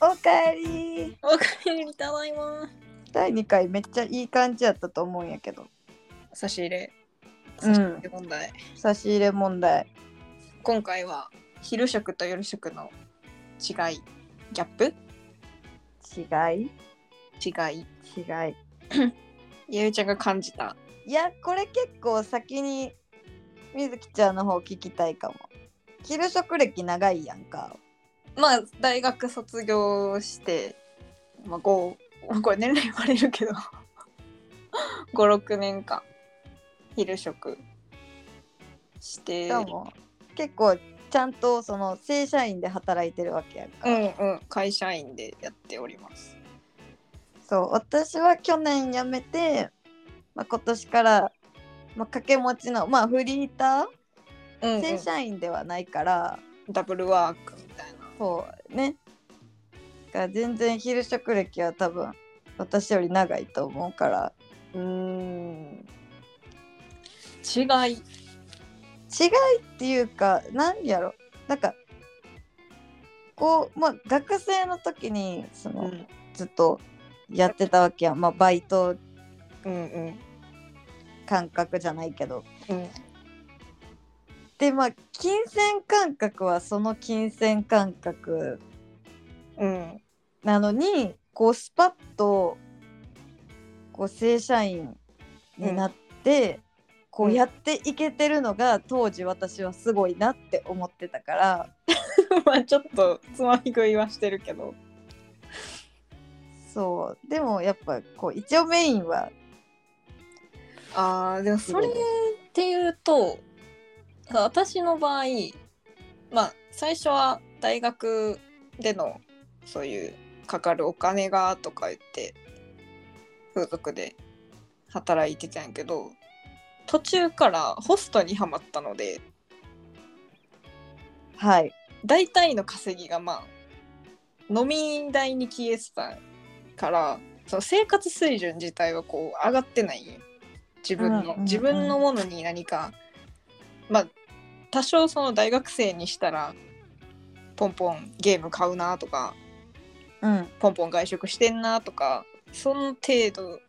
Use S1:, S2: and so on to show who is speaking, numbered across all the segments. S1: おかえり
S2: おかえりただいま
S1: 第2回めっちゃいい感じやったと思うんやけど
S2: 差し入れ
S1: うん
S2: 差し入れ問題、
S1: 差し入れ問題
S2: 今回は昼食と夜食の違いギャップ
S1: 違い
S2: 違い
S1: 違い
S2: ゆうちゃんが感じた
S1: いやこれ結構先にみずきちゃんの方聞きたいかも昼食歴長いやんか
S2: まあ大学卒業してまあ5これ年齢バレるけど56年間昼食して
S1: しかも結構ちゃんとその正社員で働いてるわけやんか、
S2: うんうん会社員でやっております
S1: そう私は去年辞めて、まあ、今年から、まあ、掛け持ちのまあフリータ
S2: うんう
S1: ー
S2: ん
S1: 正社員ではないから、
S2: ダブルワークみたいな
S1: そうねだから全然昼食歴は多分私より長いと思うから
S2: うーん違
S1: 違
S2: い
S1: いっていうか何やろなんかこうまあ学生の時にその、
S2: うん
S1: ずっとやってたわけやんまあバイト
S2: うんうん
S1: 感覚じゃないけど
S2: うん
S1: でまあ金銭感覚はその金銭感覚
S2: うん
S1: なのにこうスパッとこう正社員になって、こ
S2: う
S1: うんやっていけてるのが当時私はすごいなって思ってたから
S2: まあちょっとつまみ食いはしてるけど
S1: そうでもやっぱこう一応メインは
S2: あーでもそれっていうと私の場合まあ最初は大学でのそういうかかるお金がとか言って風俗で働いてたんやけど途中からホストにはまったので
S1: はい
S2: 大体の稼ぎがまあ飲み代に消えてたからその生活水準自体はこう上がってない自
S1: う
S2: 分
S1: んうん
S2: の、
S1: うん
S2: 自分のものに何かまあ多少その大学生にしたらポンポンゲーム買うなとか
S1: うん
S2: ポンポン外食してんなとかその程度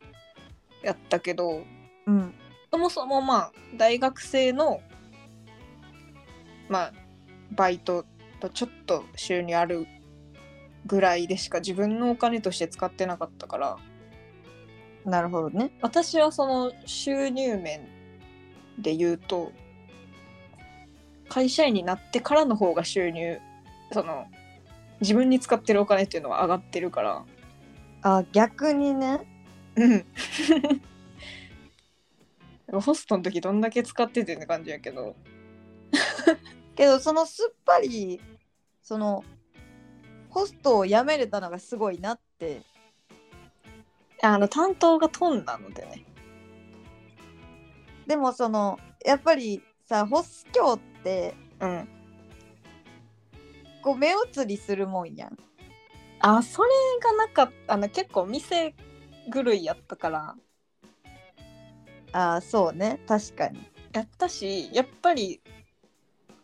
S2: やったけど
S1: うん
S2: そもそもまあ大学生のまあバイトとちょっと収入あるぐらいでしか自分のお金として使ってなかったから
S1: なるほどね
S2: 私はその収入面で言うと会社員になってからの方が収入その自分に使ってるお金っていうのは上がってるから
S1: あ逆にね
S2: うんホストの時どんだけ使っててって感じやけど
S1: けどそのすっぱりそのホストを辞めれたのがすごいなって
S2: あの担当がトンなのでね。
S1: でもそのやっぱりさホス教って
S2: うん。
S1: こう目移りするもんやん
S2: あそれがなかったあの結構店狂いやったから
S1: ああそうね確かに
S2: やったしやっぱり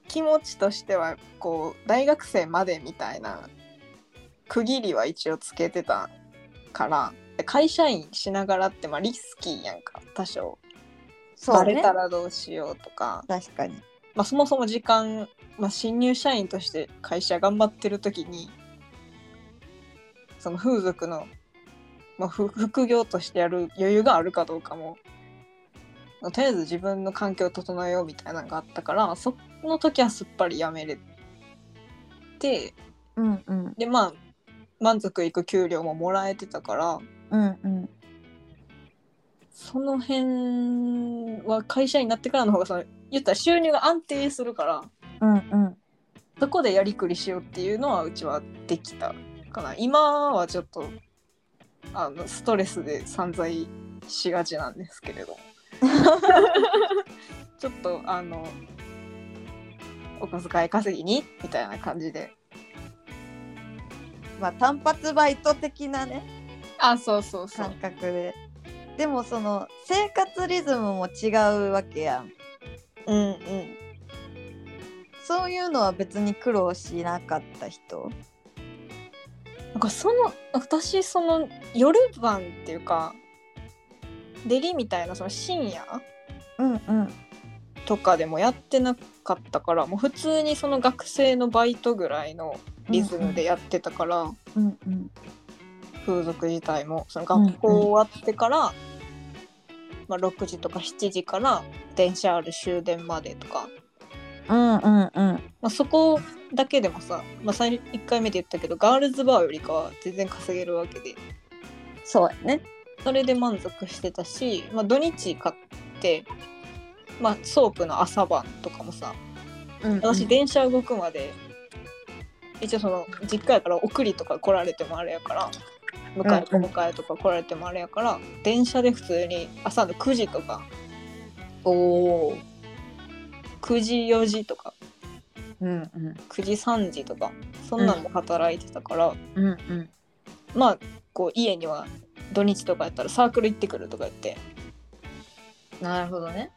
S2: 気持ちとしてはこう大学生までみたいな区切りは一応つけてたからで会社員しながらってまあリスキーやんか多少、
S1: そ
S2: バ
S1: う
S2: レ
S1: ね
S2: たらどうしようとか、
S1: 確かに
S2: まあ、そもそも時間、まあ、新入社員として会社頑張ってる時にその風俗の、まあ、ふ副業としてやる余裕があるかどうかも、まあとりあえず自分の環境を整えようみたいなのがあったからその時はすっぱりやめれて
S1: うんうん
S2: でまあ満足いく給料ももらえてたから
S1: うんうん
S2: その辺は会社員になってからの方がその言ったら収入が安定するから。
S1: うんうん
S2: どこでやりくりしようっていうのはうちはできたかな今はちょっとあのストレスで散財しがちなんですけれ どちょっとあのお小遣い稼ぎにみたいな感じで
S1: まあ単発バイト的なね
S2: あそうそうそ
S1: 感
S2: う
S1: 覚ででもその生活リズムも違うわけやん
S2: うんうん
S1: そういうのは別に苦労しなかった人
S2: なんかその私その夜晩っていうかデリみたいなその深夜
S1: うんうん
S2: とかでもやってなかったからもう普通にその学生のバイトぐらいのリズムでやってたから、
S1: うんうん
S2: 風俗自体もその
S1: うんうん
S2: 学校終わってから、まあ、6時とか7時から電車ある終電までとか、
S1: うんうんうん
S2: まあ、そこだけでもさ、まあ、最1回目で言ったけどガールズバーよりかは全然稼げるわけで
S1: そうやね
S2: それで満足してたし、まあ、土日買って、まあ、ソープの朝晩とかもさ
S1: うんうん
S2: 私電車動くまで一応その実家やから送りとか来られてもあれやから迎え
S1: うんうん
S2: 迎えとか来られてもあれやから電車で普通に朝の9時とか
S1: おお
S2: 9時4時とか
S1: うんうん
S2: 9時3時とかそんなんで働いてたから、
S1: うんうん
S2: まあこう家には土日とかやったらサークル行ってくるとか言って
S1: なるほどね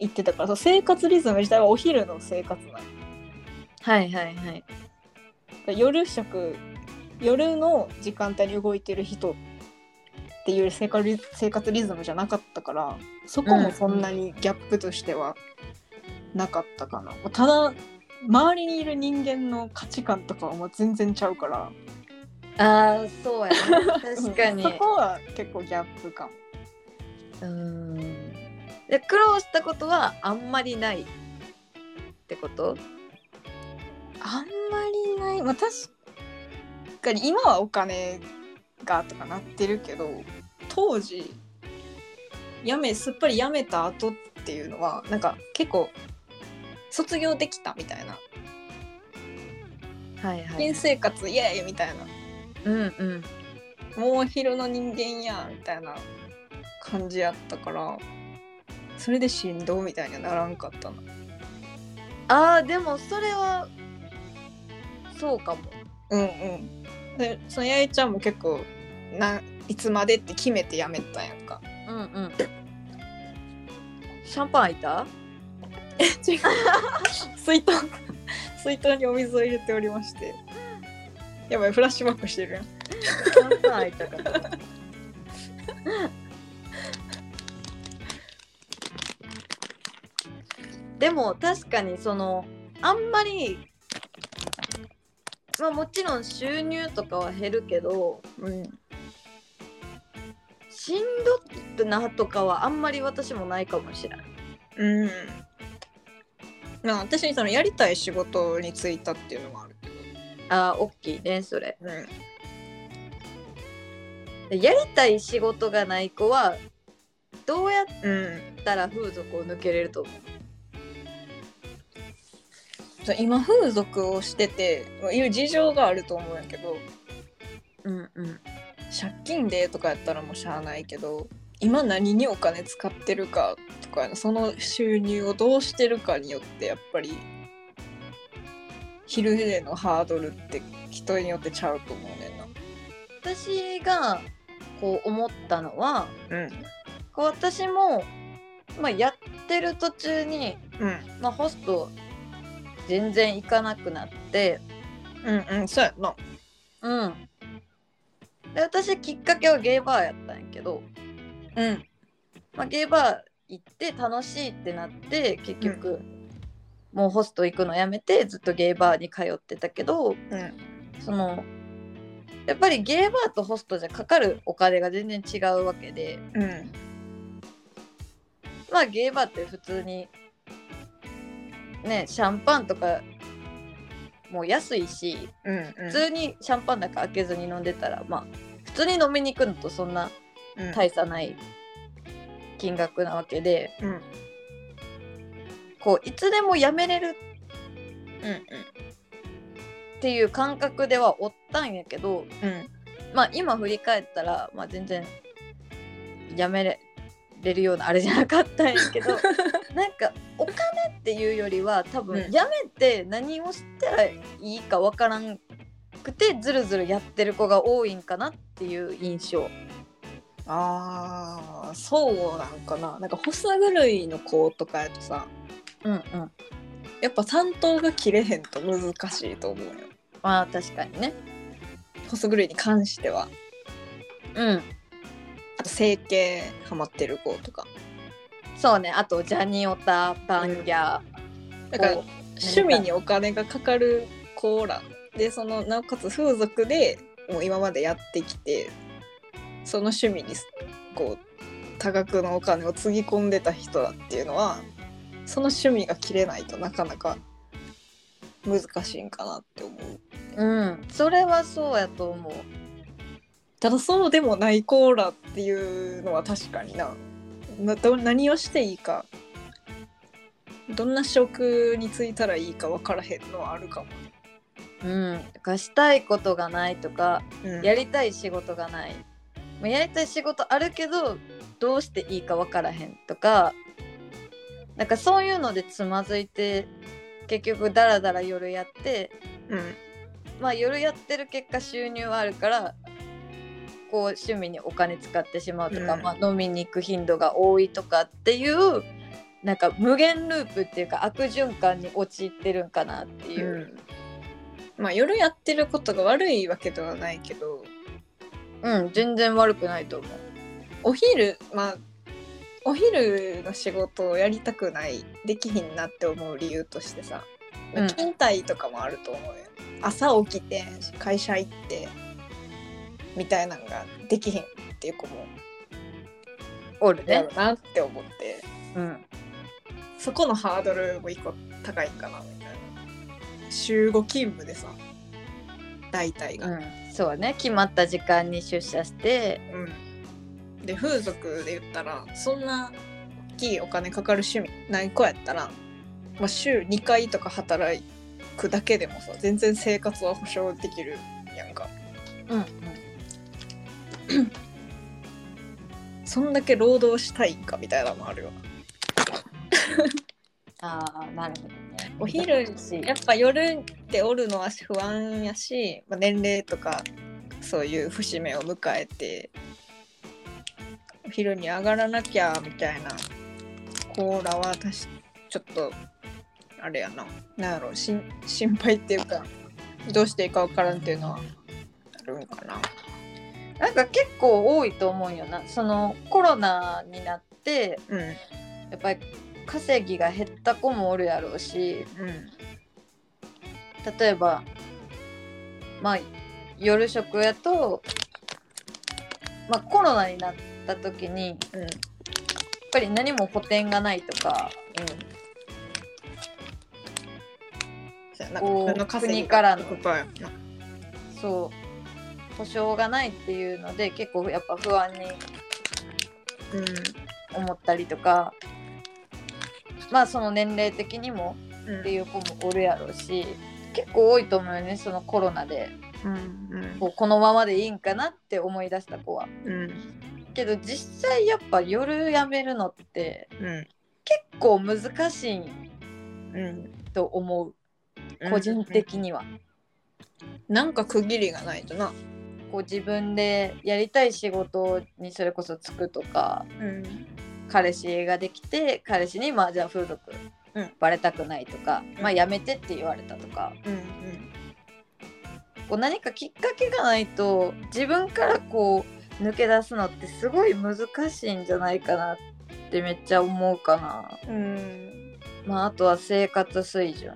S2: 行ってたからそう生活リズム自体はお昼の生活なの
S1: はいはいはい
S2: 夜食夜の時間帯に動いてる人っていう生活リ生活リズムじゃなかったからそこもそんなにギャップとしてはなかったかな、もうただ周りにいる人間の価値観とかはもう全然ちゃうから
S1: ああそう やね確かに
S2: うんそこは結構ギャップかも
S1: うんで苦労したことはあんまりないってこと
S2: あんまりないまあ確かに今はお金がとかなってるけど当時やめすっぱり辞めた後っていうのはなんか結構卒業できたみたいな
S1: はいは
S2: 新生活イエーイみたいな
S1: うんうん
S2: もう昼の人間やみたいな感じやったからそれでしんどみたいにはならんかったな
S1: あーでもそれはそうかも
S2: うんうんでその八重ちゃんも結構ないつまでって決めて辞めたやんか
S1: うんうんシャンパン開いた
S2: 違う 水筒水筒にお水を入れておりましてやばいフラッシュバックしてるやん
S1: シャンパン開いたからでも確かにそのあんまりまあもちろん収入とかは減るけど
S2: うん
S1: しんどくなとかはあんまり私もないかもしれない
S2: うんまあ私そのやりたい仕事に就いたっていうのもあるけど
S1: あー大きいねそれ
S2: うん
S1: やりたい仕事がない子はどうやっ
S2: うん
S1: たら風俗を抜けれると思う
S2: そう今風俗をしててまあいう事情があると思うんやけど
S1: うんうん
S2: 借金でとかやったらもうしゃあないけど今何にお金使ってるかとかやなその収入をどうしてるかによってやっぱり昼へのハードルって人によってちゃうと思うねんな。
S1: 私がこう思ったのは
S2: うん
S1: こう私も、まあ、やってる途中に、
S2: うん
S1: まあ、ホスト全然行かなくなって
S2: うんうんそうやんな。
S1: うんで私きっかけはゲイバーやったんやけど、
S2: うん
S1: まあ、ゲイバー行って楽しいってなって結局、もうホスト行くのやめてずっとゲイバーに通ってたけど、
S2: うん
S1: そのやっぱりゲーバーとホストじゃかかるお金が全然違うわけで
S2: うん
S1: まあゲーバーって普通にねシャンパンとかもう安いし
S2: うん
S1: 普通にシャンパンなんか開けずに飲んでたらまあ普通に飲みに行くのとそんな
S2: うん
S1: 大差ない金額なわけで
S2: うんうん
S1: こういつでもやめれるっていう感覚ではおったんやけど、
S2: うん
S1: まあ今振り返ったら、まあ、全然やめれるようなあれじゃなかったんやけどなんかお金っていうよりは多
S2: う
S1: 分
S2: ん
S1: やめて何をしたらいいかわからんくてずるずるやってる子が多いんかなっていう印象。
S2: あーそうなんかななんかホス狂いの子とかやとさ
S1: うんうん、
S2: やっぱ担当が切れへんと難しいと思うよ
S1: まあ確かにね。
S2: 細狂いに関しては
S1: うん
S2: あと整形ハマってる子とか
S1: そうねあとジャニオタバンギャ、
S2: だから
S1: こう
S2: 趣味にお金がかかる子らでそのなおかつ風俗でもう今までやってきてその趣味にこう多額のお金をつぎ込んでた人らっていうのはその趣味が切れないとなかなか難しいんかなって思う。
S1: うんそれはそうやと思う
S2: ただそうでもないコーラっていうのは確かにななど何をしていいかどんな職に就いたらいいか分からへんのはあるかも、
S1: うん、だからしたいことがないとか
S2: うん
S1: やりたい仕事がない、まあ、やりたい仕事あるけどどうしていいか分からへんとかなんかそういうのでつまずいて結局ダラダラ夜やって
S2: うん
S1: まあ夜やってる結果収入はあるからこう趣味にお金使ってしまうとか、
S2: うん
S1: まあ、飲みに行く頻度が多いとかっていうなんか無限ループっていうか悪循環に陥ってるんかなっていう。
S2: うん、まあ夜やってることが悪いわけではないけど
S1: うん、全然悪くないと思う。
S2: お昼まあお昼の仕事をやりたくないできひんなって思う理由としてさ
S1: うん
S2: 勤怠とかもあると思うよ、朝起きて会社行ってみたいなのができひんっていう子も
S1: おる
S2: や
S1: ね
S2: ろ。なって思って、
S1: うん。
S2: そこのハードルも一個高いんかなみたいな週5勤務でさ大体が、
S1: うん、そうね。決まった時間に出社して、
S2: うん、で風俗で言ったらそんな大きいお金かかる趣味ない子やったら、まあ、週2回とか働くだけでもさ全然生活は保障できるやんか
S1: うん、
S2: そんだけ労働したいんかみたいなのもあるよ
S1: ああ、なるほどね。
S2: お昼
S1: し
S2: やっぱ夜でおるのは不安やし、まあ、年齢とかそういう節目を迎えてお昼に上がらなきゃみたいなコーラは私ちょっとあれやななんやろうしん心配っていうかどうしていいか分からんっていうのはあるんかな。
S1: なんか結構多いと思うよな。そのコロナになって、
S2: うん
S1: やっぱり稼ぎが減った子もおるやろうし、
S2: うん
S1: 例えば、まあ、夜食やと、まあ、コロナになった時に、やっ
S2: うん
S1: ぱり何も補填がないとか、
S2: うんそうやな
S1: こう
S2: 自分の稼ぎ
S1: 国からの
S2: いっぱいあるな
S1: そう保証がないっていうので結構やっぱ不安に思ったりとかまあその年齢的にも
S2: うんうん
S1: っていう子もおるやろうし結構多いと思うよねそのコロナで
S2: うんうん
S1: こうこのままでいいんかなって思い出した子は。
S2: うん
S1: けど実際やっぱ夜やめるのって
S2: うん
S1: 結構難しい
S2: うん
S1: と思う個人的には。
S2: なんか区切りがないとな、
S1: こう自分でやりたい仕事にそれこそ就くとか
S2: うん、
S1: 彼氏ができて彼氏にまあじゃあ風俗、
S2: うん
S1: バレたくないとか、まあやめてって言われたとか
S2: うん
S1: こう何かきっかけがないと自分からこう抜け出すのってすごい難しいんじゃないかなってめっちゃ思うかな。
S2: うんうん
S1: まああとは生活水準。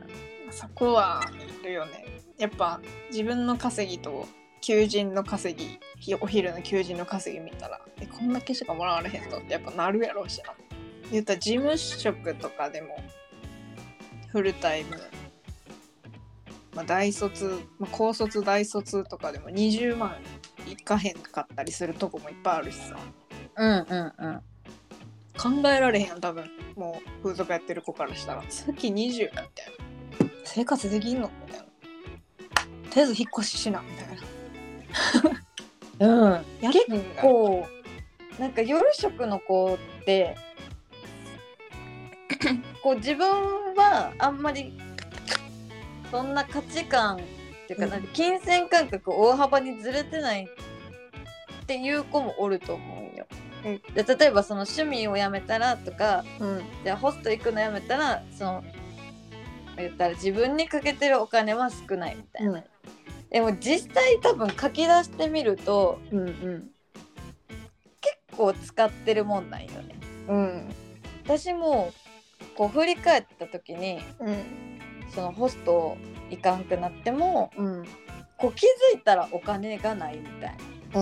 S2: そこはあるよねやっぱ自分の稼ぎと求人の稼ぎひお昼の求人の稼ぎ見たらえこんだけしかもらわれへんのってやっぱなるやろうしな言ったら事務職とかでもフルタイム、まあ、大卒、まあ、高卒大卒とかでも20万いかへんかったりするとこもいっぱいあるしさ
S1: うんうんうん。
S2: 考えられへんやん多分もう風俗やってる子からしたらさっき20みたいな生活できんのみたいなとりあえず引っ越ししなみたいな
S1: うん、
S2: や
S1: 結
S2: るんが
S1: 構なんか夜食の子 ってこう自分はあんまりそんな価値観っていうか
S2: うん
S1: なんか金銭感覚大幅にずれてないっていう子もおると思うよ。
S2: うん
S1: で例えばその趣味をやめたらとか
S2: うん
S1: じゃあホスト行くのやめたらその言ったら自分にかけてるお金は少ないみたいな。
S2: うん
S1: でも実際多分書き出してみると
S2: うんう
S1: 結
S2: ん
S1: 構使ってるもんなんよね。
S2: うん
S1: 私もこう振り返った時に
S2: うん
S1: そのホスト行かんくなっても
S2: うん
S1: こう気づいたらお金がないみたい
S2: うん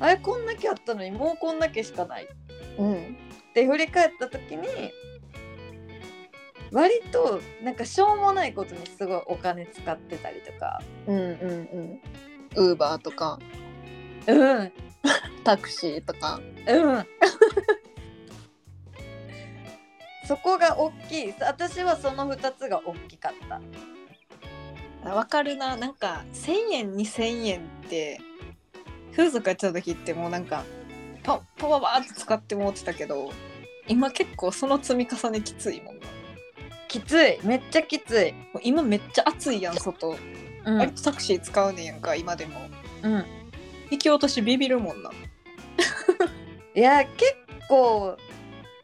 S1: なあれこんだけあったのにもうこんだけしかないっ
S2: うん
S1: て振り返った時に割となんかしょうもないことにすごいお金使ってたりとか
S2: うんうんウーバーとか
S1: うん
S2: タクシーとか
S1: うん そこが大きい私はその2つが大きかった
S2: わかるななんか1,000円2,000円って風俗やってた時ってもうなんかパパパパーって使ってもってたけど今結構その積み重ねきついもんな
S1: きついめっちゃきつい、
S2: もう今めっちゃ暑いやん外、
S1: う
S2: 割とタクシー使うねんやんか今でも
S1: うん、
S2: 引き落としビビるもんない
S1: や結構、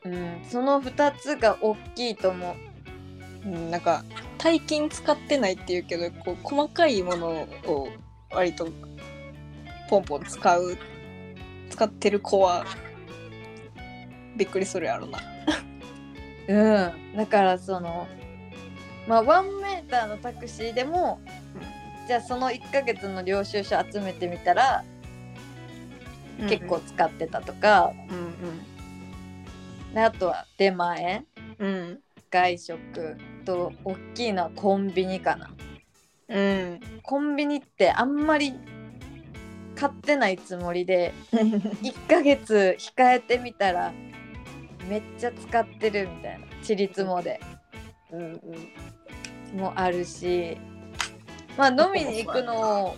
S1: うん、その2つが大きいと思う
S2: うんなんか大金使ってないっていうけどこう細かいものを割とポンポン使う使ってる子はびっくりするやろな
S1: うん、だからそのまあ1メーターのタクシーでもじゃあその1ヶ月の領収書集めてみたら結構使ってたとか、
S2: うん
S1: であとは出前
S2: うんうん
S1: 外食と大きいのはコンビニかな
S2: うん
S1: コンビニってあんまり買ってないつもりで1ヶ月控えてみたらめっちゃ使ってるみたいなちりつもで
S2: うん
S1: もあるしまあ飲みに行くのを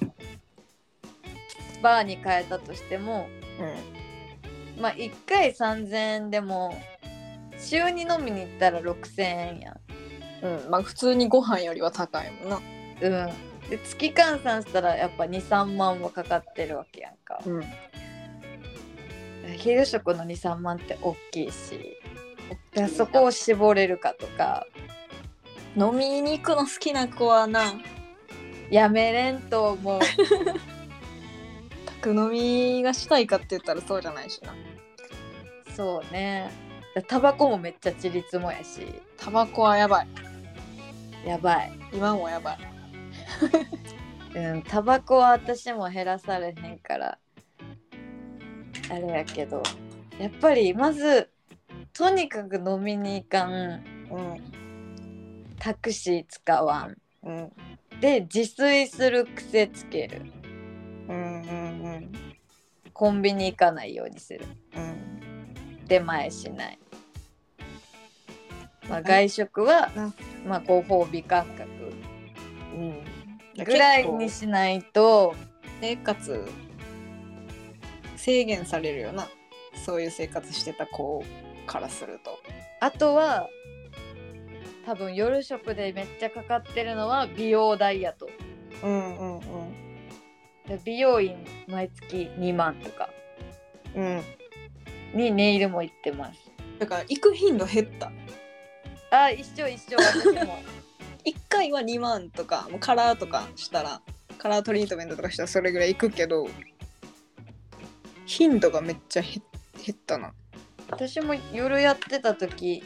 S1: バーに変えたとしてもまあ1回3,000円でも週に飲みに行ったら6,000円やん。
S2: うんまあ普通にご飯よりは高いもんな
S1: うん、で月換算したらやっぱ23万はかかってるわけやんか
S2: うん
S1: 昼食の23万って大きいしだからそこを絞れるかとか
S2: 飲みに行くの好きな子はな
S1: やめれんと思う
S2: 宅飲みがしたいかって言ったらそうじゃないしな
S1: そうねだからタバコもめっちゃちりつもやし
S2: タバコはやばい
S1: やばい
S2: 今もやばい
S1: うん、タバコは私も減らされへんからあれやけどやっぱりまずとにかく飲みに行かん
S2: うん
S1: タクシー使わん
S2: うん
S1: で自炊する癖つける
S2: うんうんうん
S1: コンビニ行かないようにする
S2: うん
S1: 出前しない、まあ、外食は
S2: うん、
S1: まあ、ご褒美感覚
S2: うん
S1: ぐらいにしないと
S2: 生活制限されるよなそういう生活してた子からすると
S1: あとは多分夜食でめっちゃかかってるのは美容代やと
S2: うんうんうん
S1: で美容院毎月2万とか
S2: うん
S1: にネイルも行ってます
S2: だから行く頻度減った
S1: あ一緒一緒私も
S2: 1回は2万とかもうカラーとかしたらカラートリートメントとかしたらそれぐらい行くけど頻度がめっちゃ減減ったな
S1: 私も夜やってた時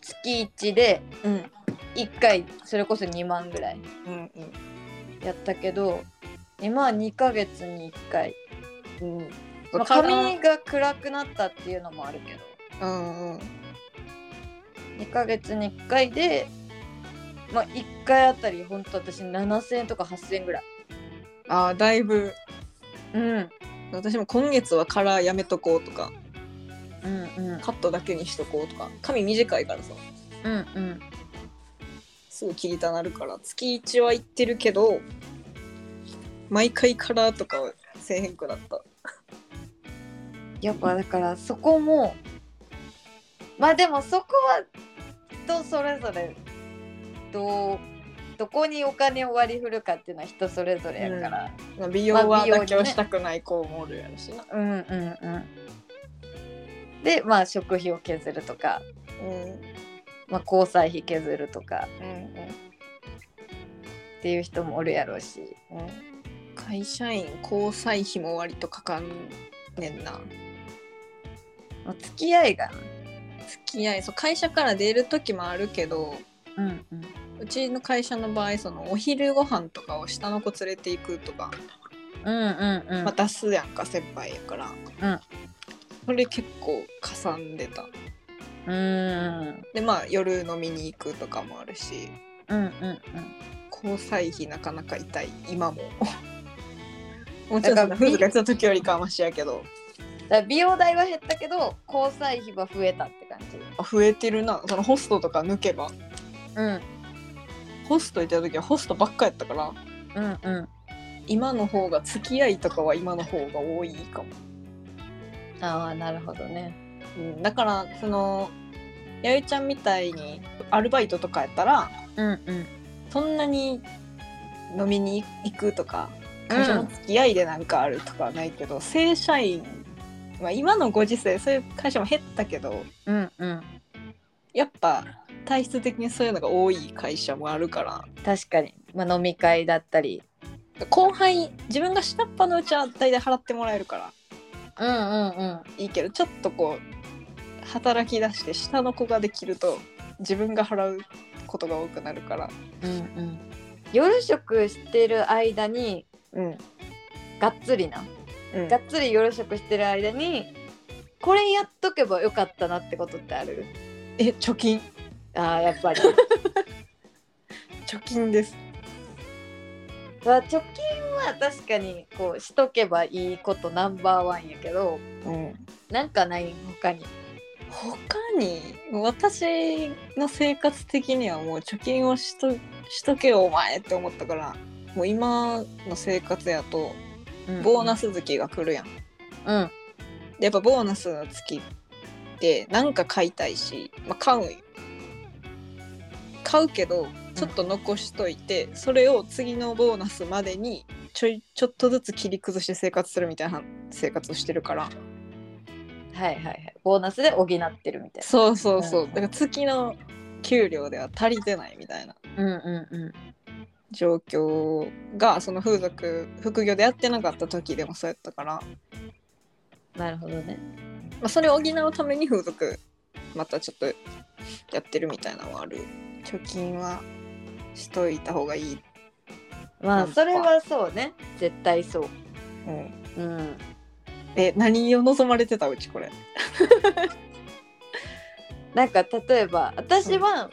S1: 月1で
S2: うん
S1: 1回それこそ2万ぐらい
S2: うん
S1: やったけど今は2ヶ月に1回、
S2: うんうん
S1: まあ、髪が暗くなったっていうのもあるけど
S2: うんうん
S1: 2ヶ月に1回で、まあ、1回あたりほんと私7,000円とか8,000円ぐらい
S2: ああだいぶ
S1: うん
S2: 私も今月はカラーやめとこうとか
S1: うんうん
S2: カットだけにしとこうとか髪短いからさ
S1: うんうん
S2: すぐ切りたなるから月1は行ってるけど毎回カラーとかはせえへんくなった
S1: やっぱだからそこもまあでもそこは人それぞれどうどこにお金を割り振るかっていうのは人それぞれやから、
S2: まあ美容
S1: まあ
S2: は
S1: 美容ね
S2: 妥協したくない子もおるやろしな、
S1: うん、うんうんでまあ食費を削るとか、
S2: うんうん
S1: まあ、交際費削るとか
S2: うん
S1: っていう人もおるやろうし、
S2: 会社員交際費も割とかかんねんな
S1: もう付き合いが
S2: 付き合いそう会社から出る時もあるけど
S1: うんうん
S2: うちの会社の場合そのお昼ご飯とかを下の子連れていくとか、
S1: うんうんうん
S2: まあ、出すやんか先輩やから、
S1: うん
S2: それ結構かさんでた
S1: うーん
S2: でまあ夜飲みに行くとかもあるし
S1: うんうんうん
S2: 交際費なかなか痛い今も もち
S1: だから
S2: ろんそんな夫婦がやってた時よりかはマシやけど
S1: だから美容代は減ったけど交際費は増えたって感じ
S2: あ増えてるなそのホストとか抜けば
S1: うん
S2: ホストいた時はホストばっかやったから
S1: うんう
S2: 今の方が付き合いとかは今の方が多いかも、
S1: んああなるほどね
S2: うん、だからその弥生ちゃんみたいにアルバイトとかやったら
S1: うんうん
S2: そんなに飲みに行くとか会社の付き合いでなんかあるとかはないけど、正社員、まあ、今のご時世そういう会社も減ったけど
S1: うんうん
S2: やっぱ体質的にそういうのが多い会社もあるから
S1: 確かに、まあ、飲み会だったり
S2: 後輩自分が下っ端のうちは大体払ってもらえるから
S1: うんうんうん
S2: いいけどちょっとこう働き出して下の子ができると自分が払うことが多くなるから、
S1: うんうん夜食してる間に
S2: うん
S1: がっつりな
S2: うん
S1: がっつり夜食してる間にこれやっとけばよかったなってことってある
S2: え貯金
S1: あーやっぱり
S2: 貯金です
S1: まあ貯金は確かにこうしとけばいいことナンバーワンやけど
S2: うん
S1: なんかない他に
S2: 他に私の生活的にはもう貯金をしとしとけよお前って思ったからもう今の生活やとボーナ
S1: ス
S2: ス月が来るやん、で
S1: うん
S2: やっぱボーナスの月ってなんか買いたいし、まあ、買うんよ買うけどちょっと残しといて、それを次のボーナスまでにちょいちょっとずつ切り崩して生活するみたいな生活をしてるから
S1: はいはいはいボーナスで補ってるみたい
S2: そうそうそう、
S1: うん
S2: だから月の給料では足りてないみたいな
S1: なうんうんうん
S2: 状況がその風俗副業でやってなかった時でもそうやったから、
S1: なるほどね
S2: まあ、それを補うために風俗またちょっとやってるみたいなのはある貯金はしといた方がいい、
S1: ま
S2: な
S1: あ
S2: んか
S1: それはそうね絶対そう
S2: うん、
S1: うん
S2: え何を望まれてたうちこれ
S1: なんか例えば私は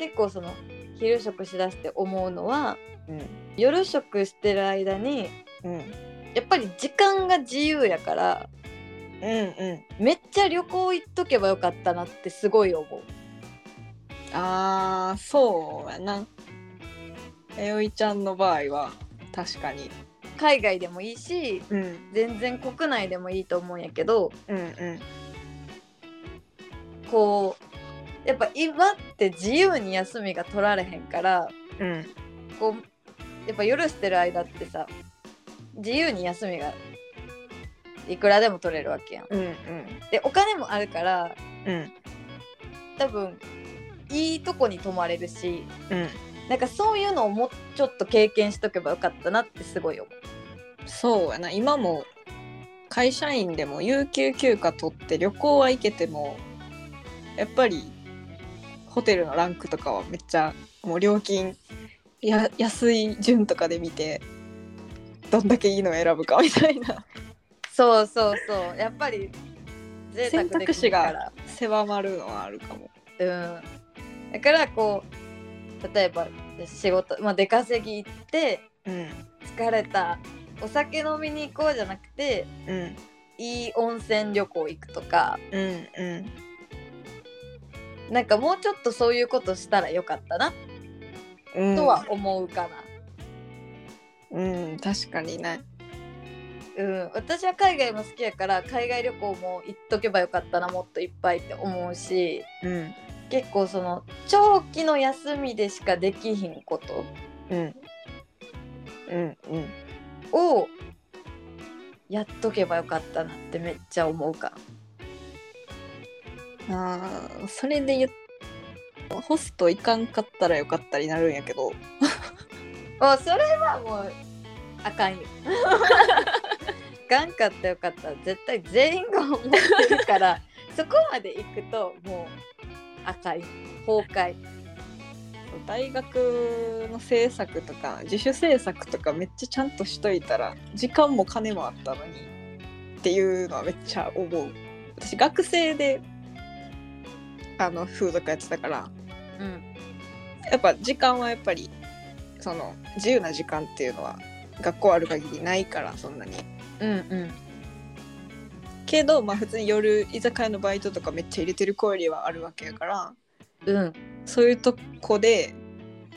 S1: 結構その昼食しだして思うのは
S2: うん
S1: 夜食してる間に
S2: うんうん
S1: やっぱり時間が自由やから
S2: う
S1: めっちゃ旅行行っとけばよかったなってすごい思う。
S2: んあーそうやな弥生ちゃんの場合は確かに、
S1: 海外でもいいし
S2: うん、
S1: 全然国内でもいいと思うんやけど
S2: うんうん
S1: こうやっぱ今って自由に休みが取られへんから
S2: うん
S1: こうやっぱ夜してる間ってさ自由に休みがいくらでも取れるわけやん。
S2: うん
S1: でお金もあるから
S2: うんうん
S1: 多分いいとこに泊まれるし
S2: うん
S1: なんかそういうのをもうちょっと経験しとけばよかったなってすごい思う。
S2: そうやな今も会社員でも有給休暇取って旅行は行けてもやっぱりホテルのランクとかはめっちゃもう料金や安い順とかで見てどんだけいいのを選ぶかみたいな
S1: そうそうそうやっぱり贅沢
S2: 選
S1: できる
S2: 択肢
S1: か
S2: が
S1: ら
S2: 狭まるのはあるかも。
S1: うん、だからこう例えば仕事、まあ、出稼ぎ行って
S2: うん
S1: 疲れたお酒飲みに行こうじゃなくて
S2: うん
S1: いい温泉旅行行くとか
S2: うんうん
S1: なんかもうちょっとそういうことしたらよかったな
S2: うん、
S1: とは思うかな、
S2: うん確かにね
S1: うん私は海外も好きやから海外旅行も行っとけばよかったなもっといっぱいって思うし
S2: うん
S1: 結構その長期の休みでしかできひんこと
S2: うんうんうん
S1: をやっとけばよかったなってめっちゃ思うか
S2: あーそれで言うホスト行かんかったらよかったになるんやけど
S1: おそれはもうあかんよ 頑張ってよかった絶対全員が思ってるからそこまで行くともう赤い崩壊
S2: 大学の制作とか自主制作とかめっちゃちゃんとしといたら時間も金もあったのにっていうのはめっちゃ思う私学生であの風俗やってたから
S1: うん
S2: やっぱ時間はやっぱりその自由な時間っていうのは学校ある限りないからそんなに
S1: うんうん
S2: けどまあ普通に夜居酒屋のバイトとかめっちゃ入れてる子よりはあるわけやから
S1: うん
S2: そういうとこで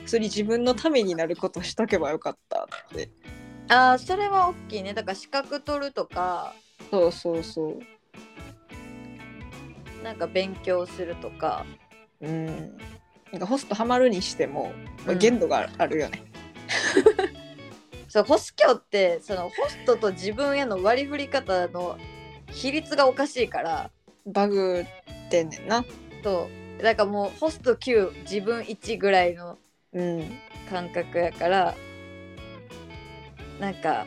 S2: 普通に自分のためになることしとけばよかったって
S1: あーそれは大きいねだから資格取るとか
S2: そうそうそう
S1: なんか勉強するとか
S2: うんなんかホストハマるにしても、まあ
S1: うん
S2: 限度があるよね、
S1: そうホス教ってそのホストと自分への割り振り方の比率がおかしいから
S2: バグってんねんな
S1: そうだからもうホスト9自分1ぐらいの
S2: うん
S1: 感覚やからなんか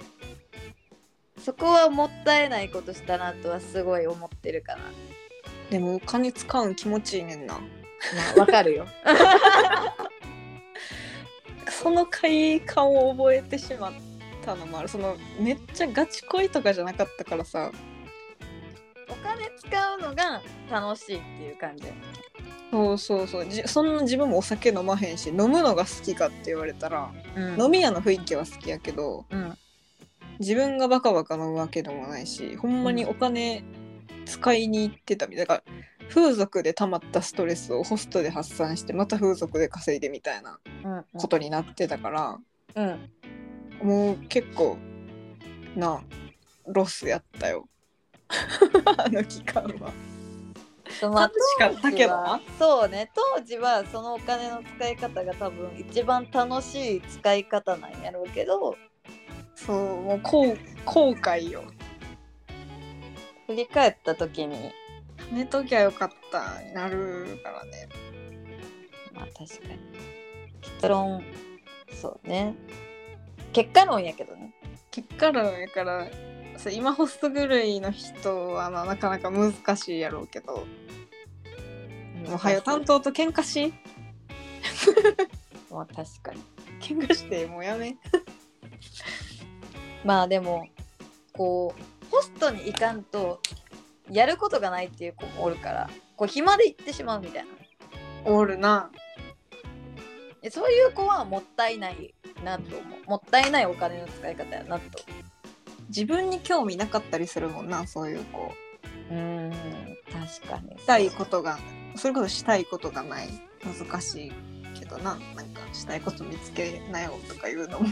S1: そこはもったいないことしたなとはすごい思ってるかなま
S2: でもお金使うん気持ちいいねんな
S1: あわかるよ
S2: その快感を覚えてしまったのもあるそのめっちゃガチ恋とかじゃなかったからさ
S1: お金使うのが楽しいっていう感じ
S2: そうそうそうじそんな自分もお酒飲まへんし飲むのが好きかって言われたら、
S1: うん
S2: 飲み屋の雰囲気は好きやけど
S1: うん
S2: 自分がバカバカ飲むわけでもないしほんまにお金使いに行ってたみたいだから風俗で溜まったストレスをホストで発散してまた風俗で稼いでみたいな
S1: うん
S2: ことになってたから、
S1: うん
S2: もう結構なロスやったよ あの期間は
S1: そうまあ
S2: 楽しかったけどな
S1: そうね当時はそのお金の使い方が多分一番楽しい使い方なんやろうけど
S2: そうもう後後悔よ
S1: 振り返った時に
S2: 寝ときゃよかったになるからね
S1: まあ確かに結論そうね結果論やけどね
S2: 結果論やからそう今ホスト狂いの人はまあなかなか難しいやろうけどもうはよ担当と喧嘩し
S1: まあ確かに
S2: 喧嘩してもうやめ
S1: まあでもこうホストに行かんとやることがないっていう子もおるからこう暇で行ってしまうみたいな
S2: おるな
S1: えそういう子はもったいないなと思うもったいないお金の使い方やなと
S2: 自分に興味なかったりするもんなそういう子
S1: うん確かに
S2: したいことがそれこそしたいことがない難しいけどななんかしたいこと見つけなよとか言うのも、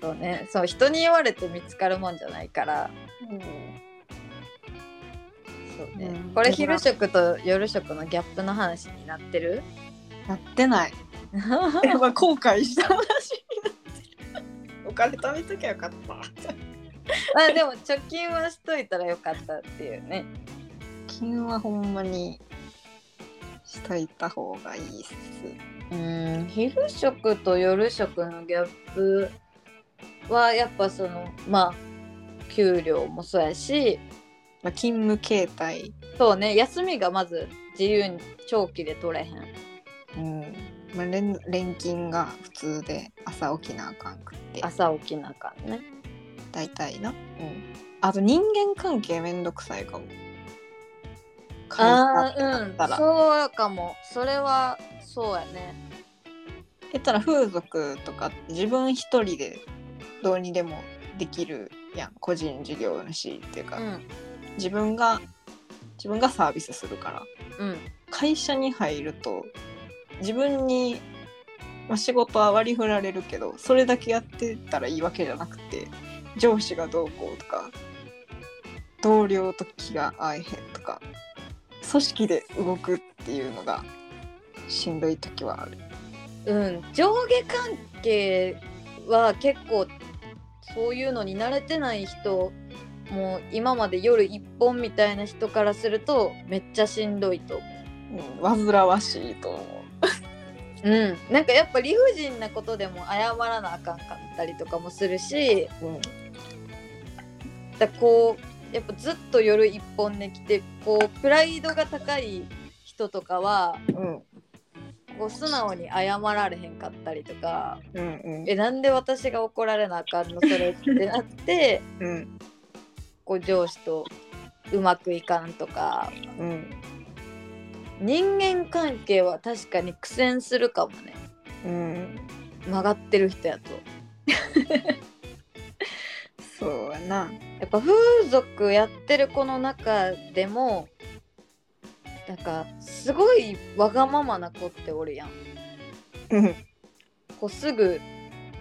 S1: そうねそう人に言われて見つかるもんじゃないからそうね、
S2: うん
S1: これ昼食と夜食のギャップの話になって る
S2: やってない やっぱ後悔した話になってるお金貯めときゃよかった
S1: まあでも貯金はしといたらよかったっていうね
S2: 金はほんまにしといた方がいいっす
S1: うん昼食と夜食のギャップはやっぱそのまあ給料もそうやし
S2: まあ勤務形態
S1: そうね休みがまず自由に長期で取れへん
S2: うん、まあ、連連勤が普通で朝起きなあかんくって
S1: 朝起きなあかんね
S2: 大体な、うん、あと人間関係めんどくさいかも会社
S1: あ
S2: って
S1: あ
S2: な
S1: う
S2: っ
S1: ん
S2: たら、
S1: そうかもそれはそうやね
S2: 言ったら風俗とかって自分一人でどうにでもできるやん個人事業主っていうか、
S1: う
S2: 自分が自分がサービスするから
S1: んうん
S2: 会社に入ると自分に、まあ、仕事は割り振られるけどそれだけやってたらいいわけじゃなくて上司がどうこうとか同僚と気が合えへんとか組織で動くっていうのがしんどい時はある。
S1: うん、上下関係は結構そういうのに慣れてない人もう今まで夜一本みたいな人からするとめっちゃしんどいと思
S2: うん、煩わしいと思う
S1: うん、なんかやっぱ理不尽なことでも謝らなあかんかったりとかもするし
S2: うん
S1: だこうやっぱずっと夜一本で来てこうプライドが高い人とかは
S2: うん
S1: こう素直に謝られへんかったりとか
S2: うんうん
S1: えなんで私が怒られなあかんのそれってなって
S2: うん
S1: こう上司とうまくいかんとか
S2: うん
S1: 人間関係は確かに苦戦するかもね
S2: うん
S1: 曲がってる人やと。
S2: そうやな
S1: やっぱ風俗やってる子の中でもなんかすごいわがままな子っておるやん
S2: うん
S1: こうすぐ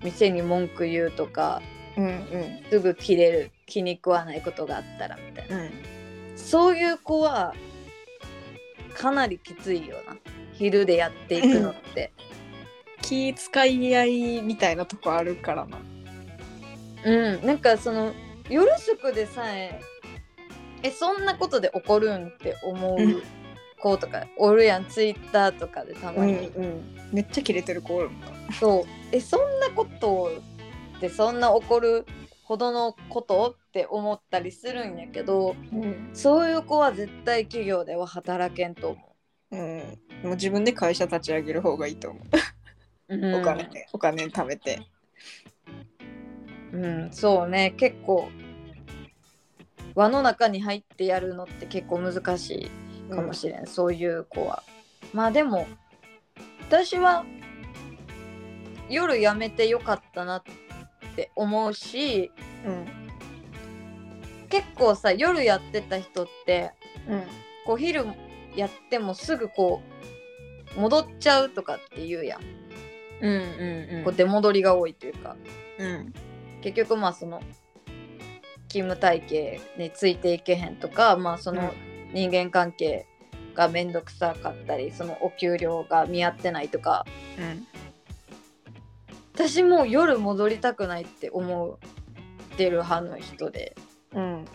S1: 店に文句言うとか
S2: うんうん
S1: すぐ切れる気に食わないことがあったらみたいな
S2: うん
S1: そういう子はかなりきついよな昼でやっていくのって
S2: 気遣い合いみたいなとこあるからな
S1: うんなんかその夜食でさええそんなことで怒るんって思う
S2: うん
S1: 子とかおるやんツイッターとかでたまに。
S2: んめっちゃキレてる子おるもんな
S1: そうえそんなことでそんな怒るほどのことって思ったりするんやけど
S2: うん、
S1: そういう子は絶対企業では働けんと思
S2: うん、もう自分で会社立ち上げる方がいいと思
S1: う。
S2: う、
S1: うん、
S2: お金でお金貯めて
S1: うんそうね結構輪の中に入ってやるのって結構難しいかもしれん、そういう子は。まあでも私は夜やめてよかったなって思うし
S2: うん
S1: 結構さ夜やってた人って
S2: うん
S1: こう昼やってもすぐこう戻っちゃうとかって言うやん、
S2: うんうん
S1: こう出戻りが多いというか
S2: うん
S1: 結局まあその勤務体系についていけへんとかまあその人間関係が面倒くさかったりそのお給料が見合ってないとか
S2: うん
S1: 私もう夜戻りたくないって思ってる派の人で
S2: うんうん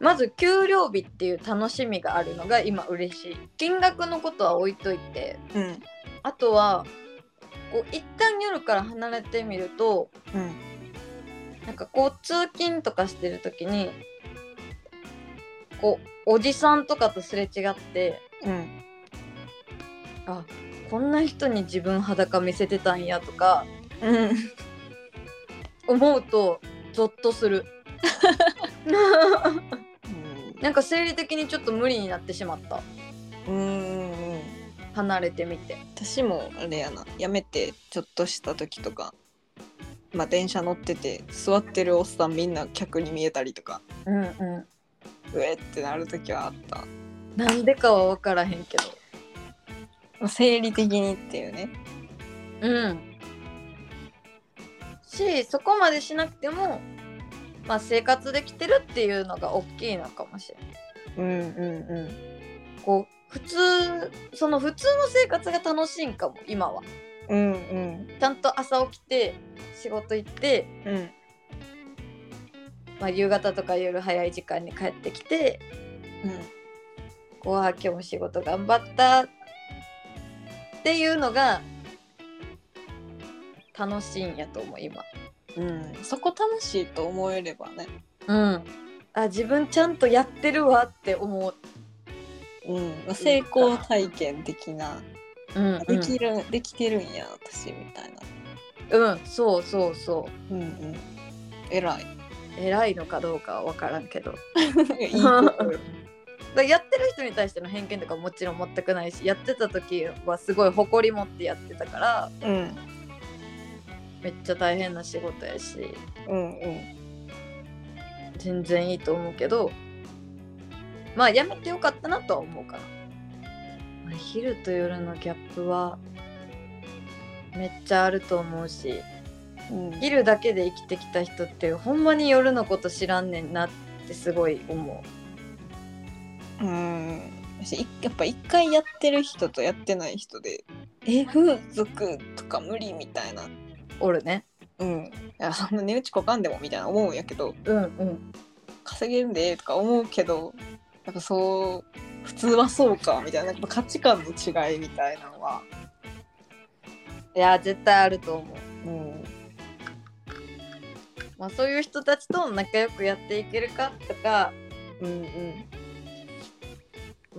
S1: まず給料日っていう楽しみがあるのが今嬉しい金額のことは置いといて
S2: うん
S1: あとはこう一旦夜から離れてみると
S2: うん
S1: なんかこう通勤とかしてる時にこうおじさんとかとすれ違って
S2: うん
S1: あこんな人に自分裸見せてたんやとか
S2: うん
S1: 思うとゾッとするなんか生理的にちょっと無理になってしまった
S2: うんうん
S1: 離れてみて
S2: 私もあれやなやめてちょっとした時とかまあ電車乗ってて座ってるおっさんみんな客に見えたりとか
S1: うんう
S2: うえってなる時はあった、
S1: んなんでかは分からへんけど
S2: まあ、生理的にっていうね
S1: うん。しそこまでしなくても、まあ、生活できてるっていうのが大きいのかもしれない。
S2: うんうんうん
S1: こう普通その普通の生活が楽しいんかも今は。
S2: うんうん
S1: ちゃんと朝起きて仕事行って、
S2: うん
S1: まあ、夕方とか夜早い時間に帰ってきてこうあー今日も仕事頑張ったっていうのが楽しいんやと思う今。
S2: うん、そこ楽しいと思えればね、
S1: うん、あ自分ちゃんとやってるわって思う。
S2: うんまあ、成功体験的な、
S1: うん
S2: できる、できてるんや私みたいな、
S1: うん、うん、そうそうそう
S2: うんうん、 偉い
S1: 偉いのかどうかは分からんけど
S2: いいことよ
S1: だやってる人に対しての偏見とかもちろん全くないしやってた時はすごい誇り持ってやってたから
S2: うん
S1: めっちゃ大変な仕事やし
S2: うんうん
S1: 全然いいと思うけどまあやめてよかったなとは思うかな、まあ昼と夜のギャップはめっちゃあると思うし
S2: うん
S1: 昼だけで生きてきた人ってほんまに夜のこと知らんねんなってすごい思う。
S2: うん私いやっぱ一回やってる人とやってない人でえ風俗とか無理みたいな
S1: おるね。
S2: うんいやそんな値打ちこかんでもみたいな思うんやけど
S1: うんうん。
S2: 稼げんでとか思うけどやっぱそう普通はそうかみたいなやっぱ価値観の違いみたいなのは
S1: いや絶対あると思う、
S2: うん、
S1: まあ、そういう人たちと仲良くやっていけるかとか
S2: うんうん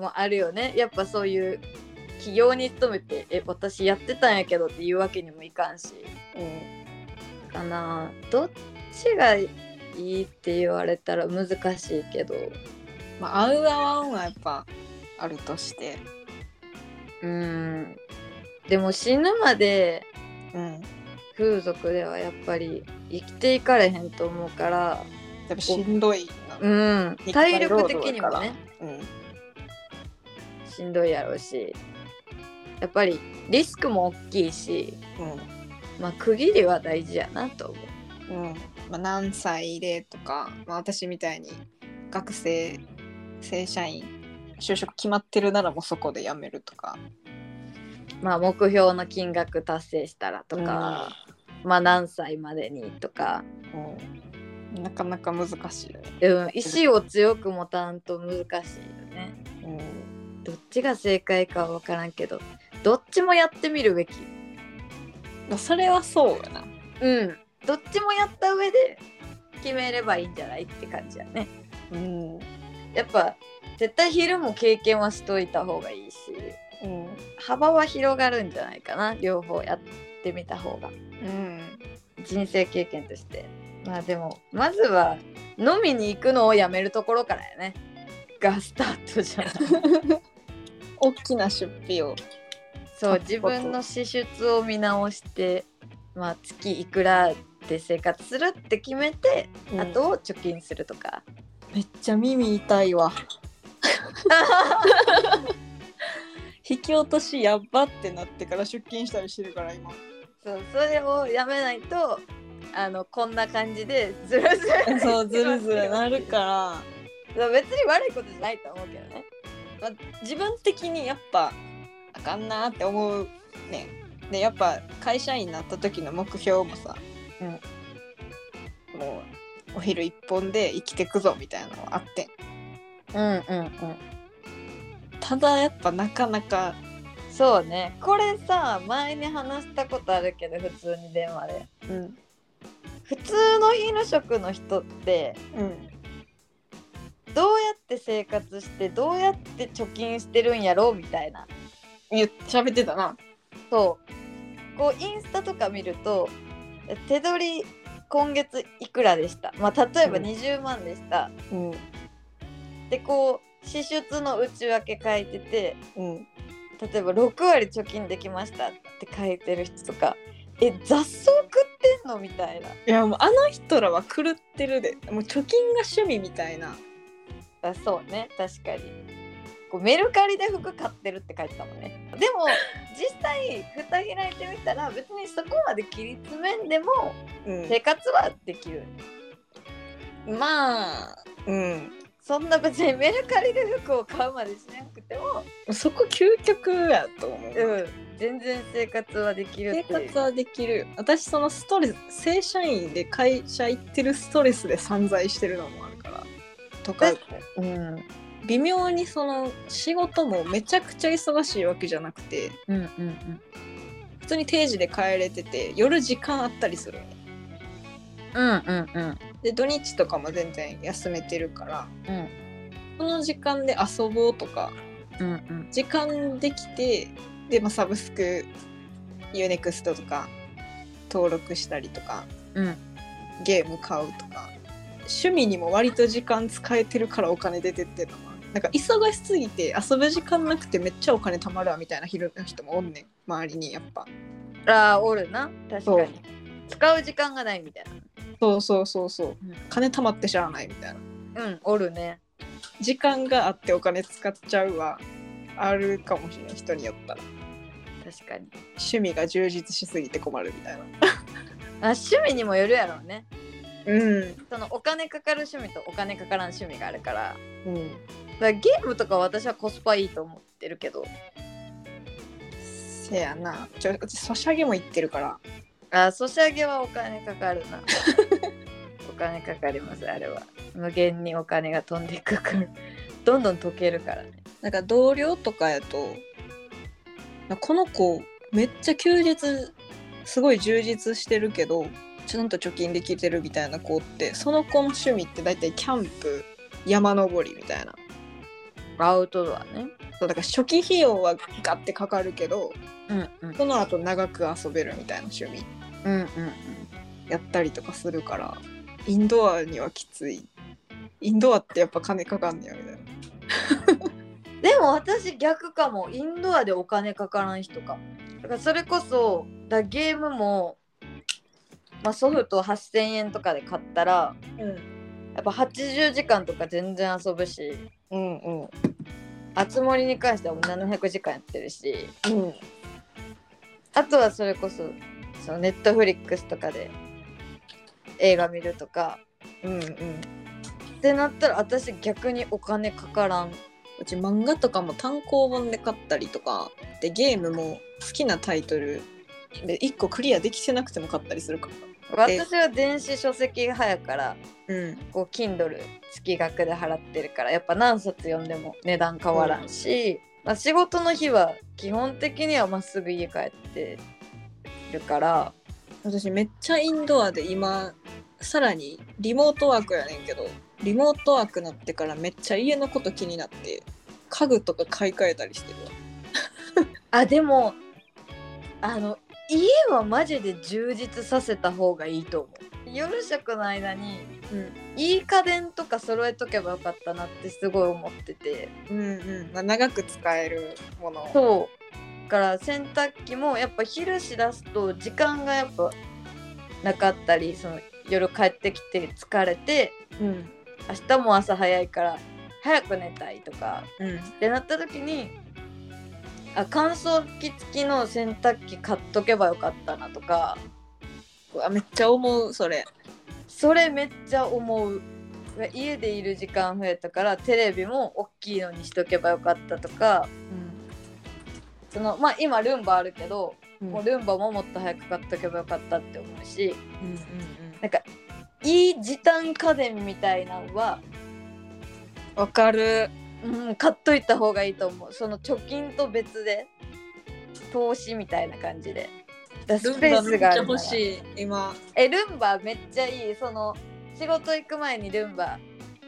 S1: もあるよねやっぱそういう企業に勤めて「え私やってたんやけど」って言うわけにもいかんし
S2: うん
S1: かなどっちがいいって言われたら難しいけど
S2: まあ合う合わんはやっぱあるとして
S1: うんでも死ぬまで
S2: うん
S1: 風俗ではやっぱり生きていかれへんと思うから
S2: やっぱしんどいな
S1: うん体力的にもね
S2: うん
S1: しんどいやろうしやっぱりリスクも大きいしまあ区切りは大事やなと思う
S2: うん、うんまあ、何歳でとか、まあ、私みたいに学生正社員就職決まってるならもうそこで辞めるとか
S1: まあ目標の金額達成したらとか、まあ何歳までにとか、
S2: うん、なかなか難しいよね、
S1: うん、意志を強く持たんと難しいよね
S2: うん、
S1: どっちが正解かは分からんけどどっちもやってみるべき
S2: まあそれはそうやな
S1: うんどっちもやった上で決めればいいんじゃないって感じやね
S2: うんうん
S1: やっぱ絶対昼も経験はしといた方がいいし幅は広がるんじゃないかな両方やってみた方が
S2: うん
S1: 人生経験としてまあでもまずは飲みに行くのをやめるところからやねがスタートじゃない
S2: 大きな出費を
S1: そう自分の支出を見直してまあ月いくらで生活するって決めて、あ
S2: あと
S1: とを貯金するとか
S2: めっちゃ耳痛い わ引き落としやっばってなってから出勤したりしてるから今
S1: そうそれをやめないとあのこんな感じでずるずる
S2: そうずるずるなるから
S1: そう別に悪いことじゃないと思うけどね
S2: 自分的にやっぱあかんなって思うねでやっぱ会社員になった時の目標もさ、もうお昼一本で生きてくぞみたいなのはあってん
S1: うんうんうん
S2: ただやっぱなかなか
S1: そうねこれさ前に話したことあるけど普通に電話で
S2: うん
S1: 普通の昼食の人って
S2: うん
S1: どうやって生活してどうやって貯金してるんやろうみたいな
S2: 言っ喋ってたな
S1: そうこうインスタとか見るとえ手取り今月いくらでした、まあ、例えば
S2: うん
S1: 20万でした、
S2: うん
S1: でこう支出の内訳書いてて
S2: うん
S1: 例えば6割貯金できましたって書いてる人とかえ雑草食ってんのみたいない
S2: やもうあの人らは狂ってるでもう貯金が趣味みたいな
S1: あそうね確かにこうメルカリで服買ってるって書いてたもんねでも実際蓋開いてみたら別にそこまで切り詰めんでも
S2: うん
S1: 生活はできる
S2: まあうん
S1: そんな別にメルカリで服を買うまでしなくても、
S2: そこ究極やと思う、
S1: うん、全然生活はできる
S2: 生
S1: っていう
S2: 活はできる私そのストレス正社員で会社行ってるストレスで散財してるのもあるからとか
S1: うん
S2: 微妙にその仕事もめちゃくちゃ忙しいわけじゃなくて
S1: うんうんうん
S2: 普通に定時で帰れてて夜時間あったりするの
S1: うんうんうん
S2: で土日とかも全然休めてるから、
S1: うん
S2: その時間で遊ぼうとか
S1: うんうん
S2: 時間できてで、まあ、サブスク UNEXT とか登録したりとか
S1: うん
S2: ゲーム買うとか趣味にも割と時間使えてるからお金出てってるのもあるなんか忙しすぎて遊ぶ時間なくてめっちゃお金貯まるわみたいな昼の人もおんねん周りにやっぱ
S1: ああおるな確
S2: そ
S1: か
S2: う
S1: に使う時間がないみたい
S2: そうそうそうそう
S1: うん
S2: 金貯まってしゃあないみたいな
S1: なうんおるね
S2: 時間があってお金使っちゃうはあるかもしれない人によったら
S1: 確かに
S2: 趣味が充実しすぎて困るみたいな
S1: あ趣味にもよるやろうね
S2: うん
S1: そのお金かかる趣味とお金かからん趣味があるから
S2: うん
S1: だからゲームとかは私はコスパいいと思ってるけど
S2: せやなちょ私ソシャゲも行ってるから
S1: あソシャゲはお金かかる なお金かかりますあれは無限にお金が飛んでいくからどんどん溶けるからね
S2: なんか同僚とかやとこの子めっちゃ休日すごい充実してるけどちゃんと貯金できてるみたいな子ってその子の趣味って大体キャンプ山登りみたいな
S1: アウトドアね。
S2: そうだから初期費用はガッてかかるけど
S1: うんうん
S2: その後長く遊べるみたいな趣味
S1: うんうん
S2: やったりとかするからインドアにはきついインドアってやっぱ金かかんねやみたいな
S1: うん。でも私逆かもインドアでお金かからん人かも。だからそれこそだゲームも、まあ、ソフト8,000円とかで買ったらやっぱ80時間とか全然遊ぶし
S2: うんうんうん
S1: あつ森に関してはもう700時間やってるしあとはそれこそそのネットフリックスとかで映画見るとか
S2: うんうん
S1: ってなったら私逆にお金かからん
S2: うち漫画とかも単行本で買ったりとかでゲームも好きなタイトルで1個クリアできてなくても買ったりするかで
S1: 私は電子書籍派やから
S2: らうん
S1: こう Kindle 月額で払ってるからやっぱ何冊読んでも値段変わらんし、まあ、仕事の日は基本的にはまっすぐ家帰ってるから
S2: 私めっちゃインドアで今さらにリモートワークやねんけどリモートワークなってからめっちゃ家のこと気になって家具とか買い替えたりしてるわ
S1: あでもあの家はマジで充実させた方がいいと思う夜食の間にいい家電とか揃えとけばよかったなってすごい思ってて
S2: うんうんまあ、長く使えるものう
S1: そうだから洗濯機もやっぱ昼しだすと時間がやっぱなかったりその夜帰ってきて疲れて
S2: うん
S1: 明日も朝早いから早く寝たいとか
S2: うん
S1: ってなった時にあ乾燥機付きの洗濯機買っとけばよかったなとか
S2: うわめっちゃ思うそれ
S1: それめっちゃ思う家でいる時間増えたからテレビも大きいのにしとけばよかったとか
S2: うん
S1: そのまあ今ルンバあるけど、も
S2: う
S1: うんルンバももっと早く買っとけばよかったって思うし
S2: うん
S1: なんかいい時短家電みたいなのは、
S2: わかる
S1: うん、買っといた方がいいと思うその貯金と別で投資みたいな感じでだから
S2: ル
S1: ス
S2: ン
S1: ペー
S2: バめ
S1: ス
S2: っち
S1: があ
S2: ゃ
S1: るな
S2: 欲
S1: ら
S2: しい今
S1: えルンバめっちゃいいその仕事行く前にルンバ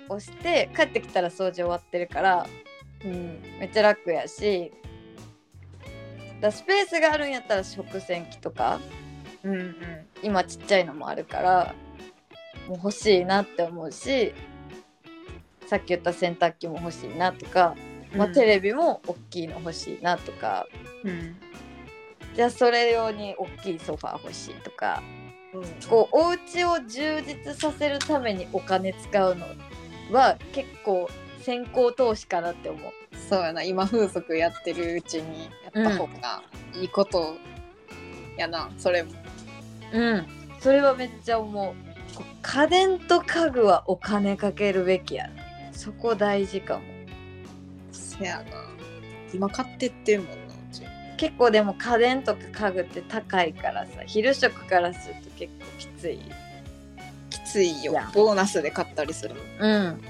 S1: 押して帰ってきたら掃除終わってるから
S2: うん
S1: めっちゃ楽やしだスペースがあるんやったら食洗機とか
S2: うんうん
S1: 今ちっちゃいのもあるからもう欲しいなって思うしさっき言った洗濯機も欲しいなとか、まあ、テレビも大きいの欲しいなとか、
S2: ビ
S1: じゃあそれ用に大きいソファー欲しいとか
S2: うん
S1: こうお家を充実させるためにお金使うのは結構先行投資かなって思う
S2: そうやな今風俗やってるうちにやった方がいいことやな、それも
S1: うんそれはめっちゃ思うこう家電と家具はお金かけるべきやそこ大事かも
S2: せやな今買ってってんもんなうち
S1: 結構でも家電とか家具って高いからさ昼食からすると結構きつい
S2: きついよ
S1: いや
S2: ボーナスで買ったりする
S1: うん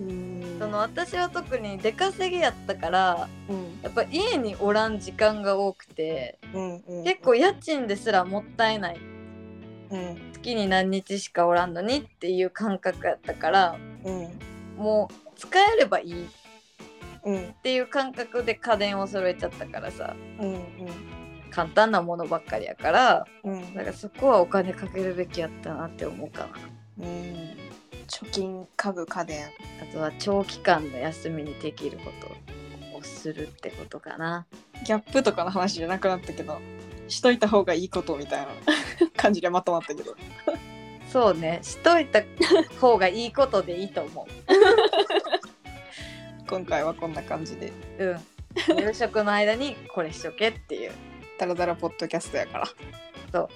S2: うん
S1: その私は特に出稼ぎやったから
S2: うん
S1: やっぱ家におらん時間が多くて
S2: うんうん
S1: 結構家賃ですらもったいない
S2: うん
S1: 月に何日しかおらんのにっていう感覚やったから
S2: うん
S1: もう使えればいいっ
S2: うん
S1: ていう感覚で家電を揃えちゃったからさ
S2: うん
S1: 簡単なものばっかりやから
S2: うん
S1: だからそこはお金かけるべきやったなって思うかな
S2: うん貯金家具家電
S1: あとは長期間の休みにできることをするってことかな
S2: ギャップとかの話じゃなくなったけどしといた方がいいことみたいな感じでまとまったけど
S1: そうねしといた方がいいことでいいと思
S2: 今回はこんな感じで
S1: ううん夕食の間にこれしとけっていう
S2: ダラダラポッドキャストやから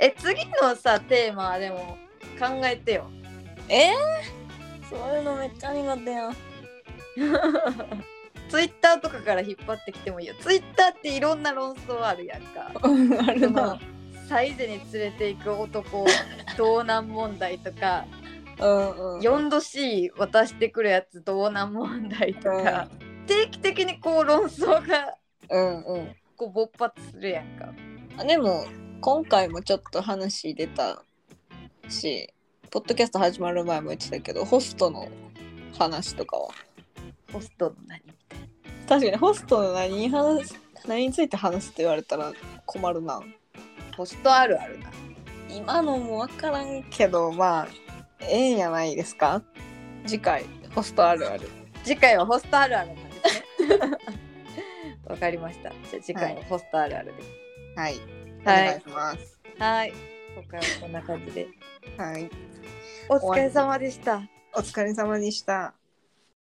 S1: え次のさテーマはでも考えてよ
S2: えー、そういうのめっちゃ苦手やん
S1: ツイッターとかから引っ張ってきてもいいよツイッターっていろんな論争あるやんか
S2: あ
S1: その
S2: るな
S1: サイゼに連れていく男 道南問題とか
S2: うんうん
S1: 4度 C 渡してくるやつ道南問題とか、定期的にこう論争が
S2: うんう
S1: こう勃発するやんか
S2: んでも今回もちょっと話出たしポッドキャスト始まる前も言ってたけどホストの話とかは
S1: ホストの何みたいな
S2: 確かにホストの何に話す何について話すって言われたら困るな
S1: ホストあるあるな
S2: 今のも分からんけどまあええんやないですか次回ホストあるある
S1: 次回はホストあるあるなんですねわかりましたじゃあ次回はホストあるあるで
S2: はいお
S1: はい
S2: 願いします
S1: はい今回はこんな感じで
S2: はい、
S1: お疲れ様でした
S2: お疲れ様でした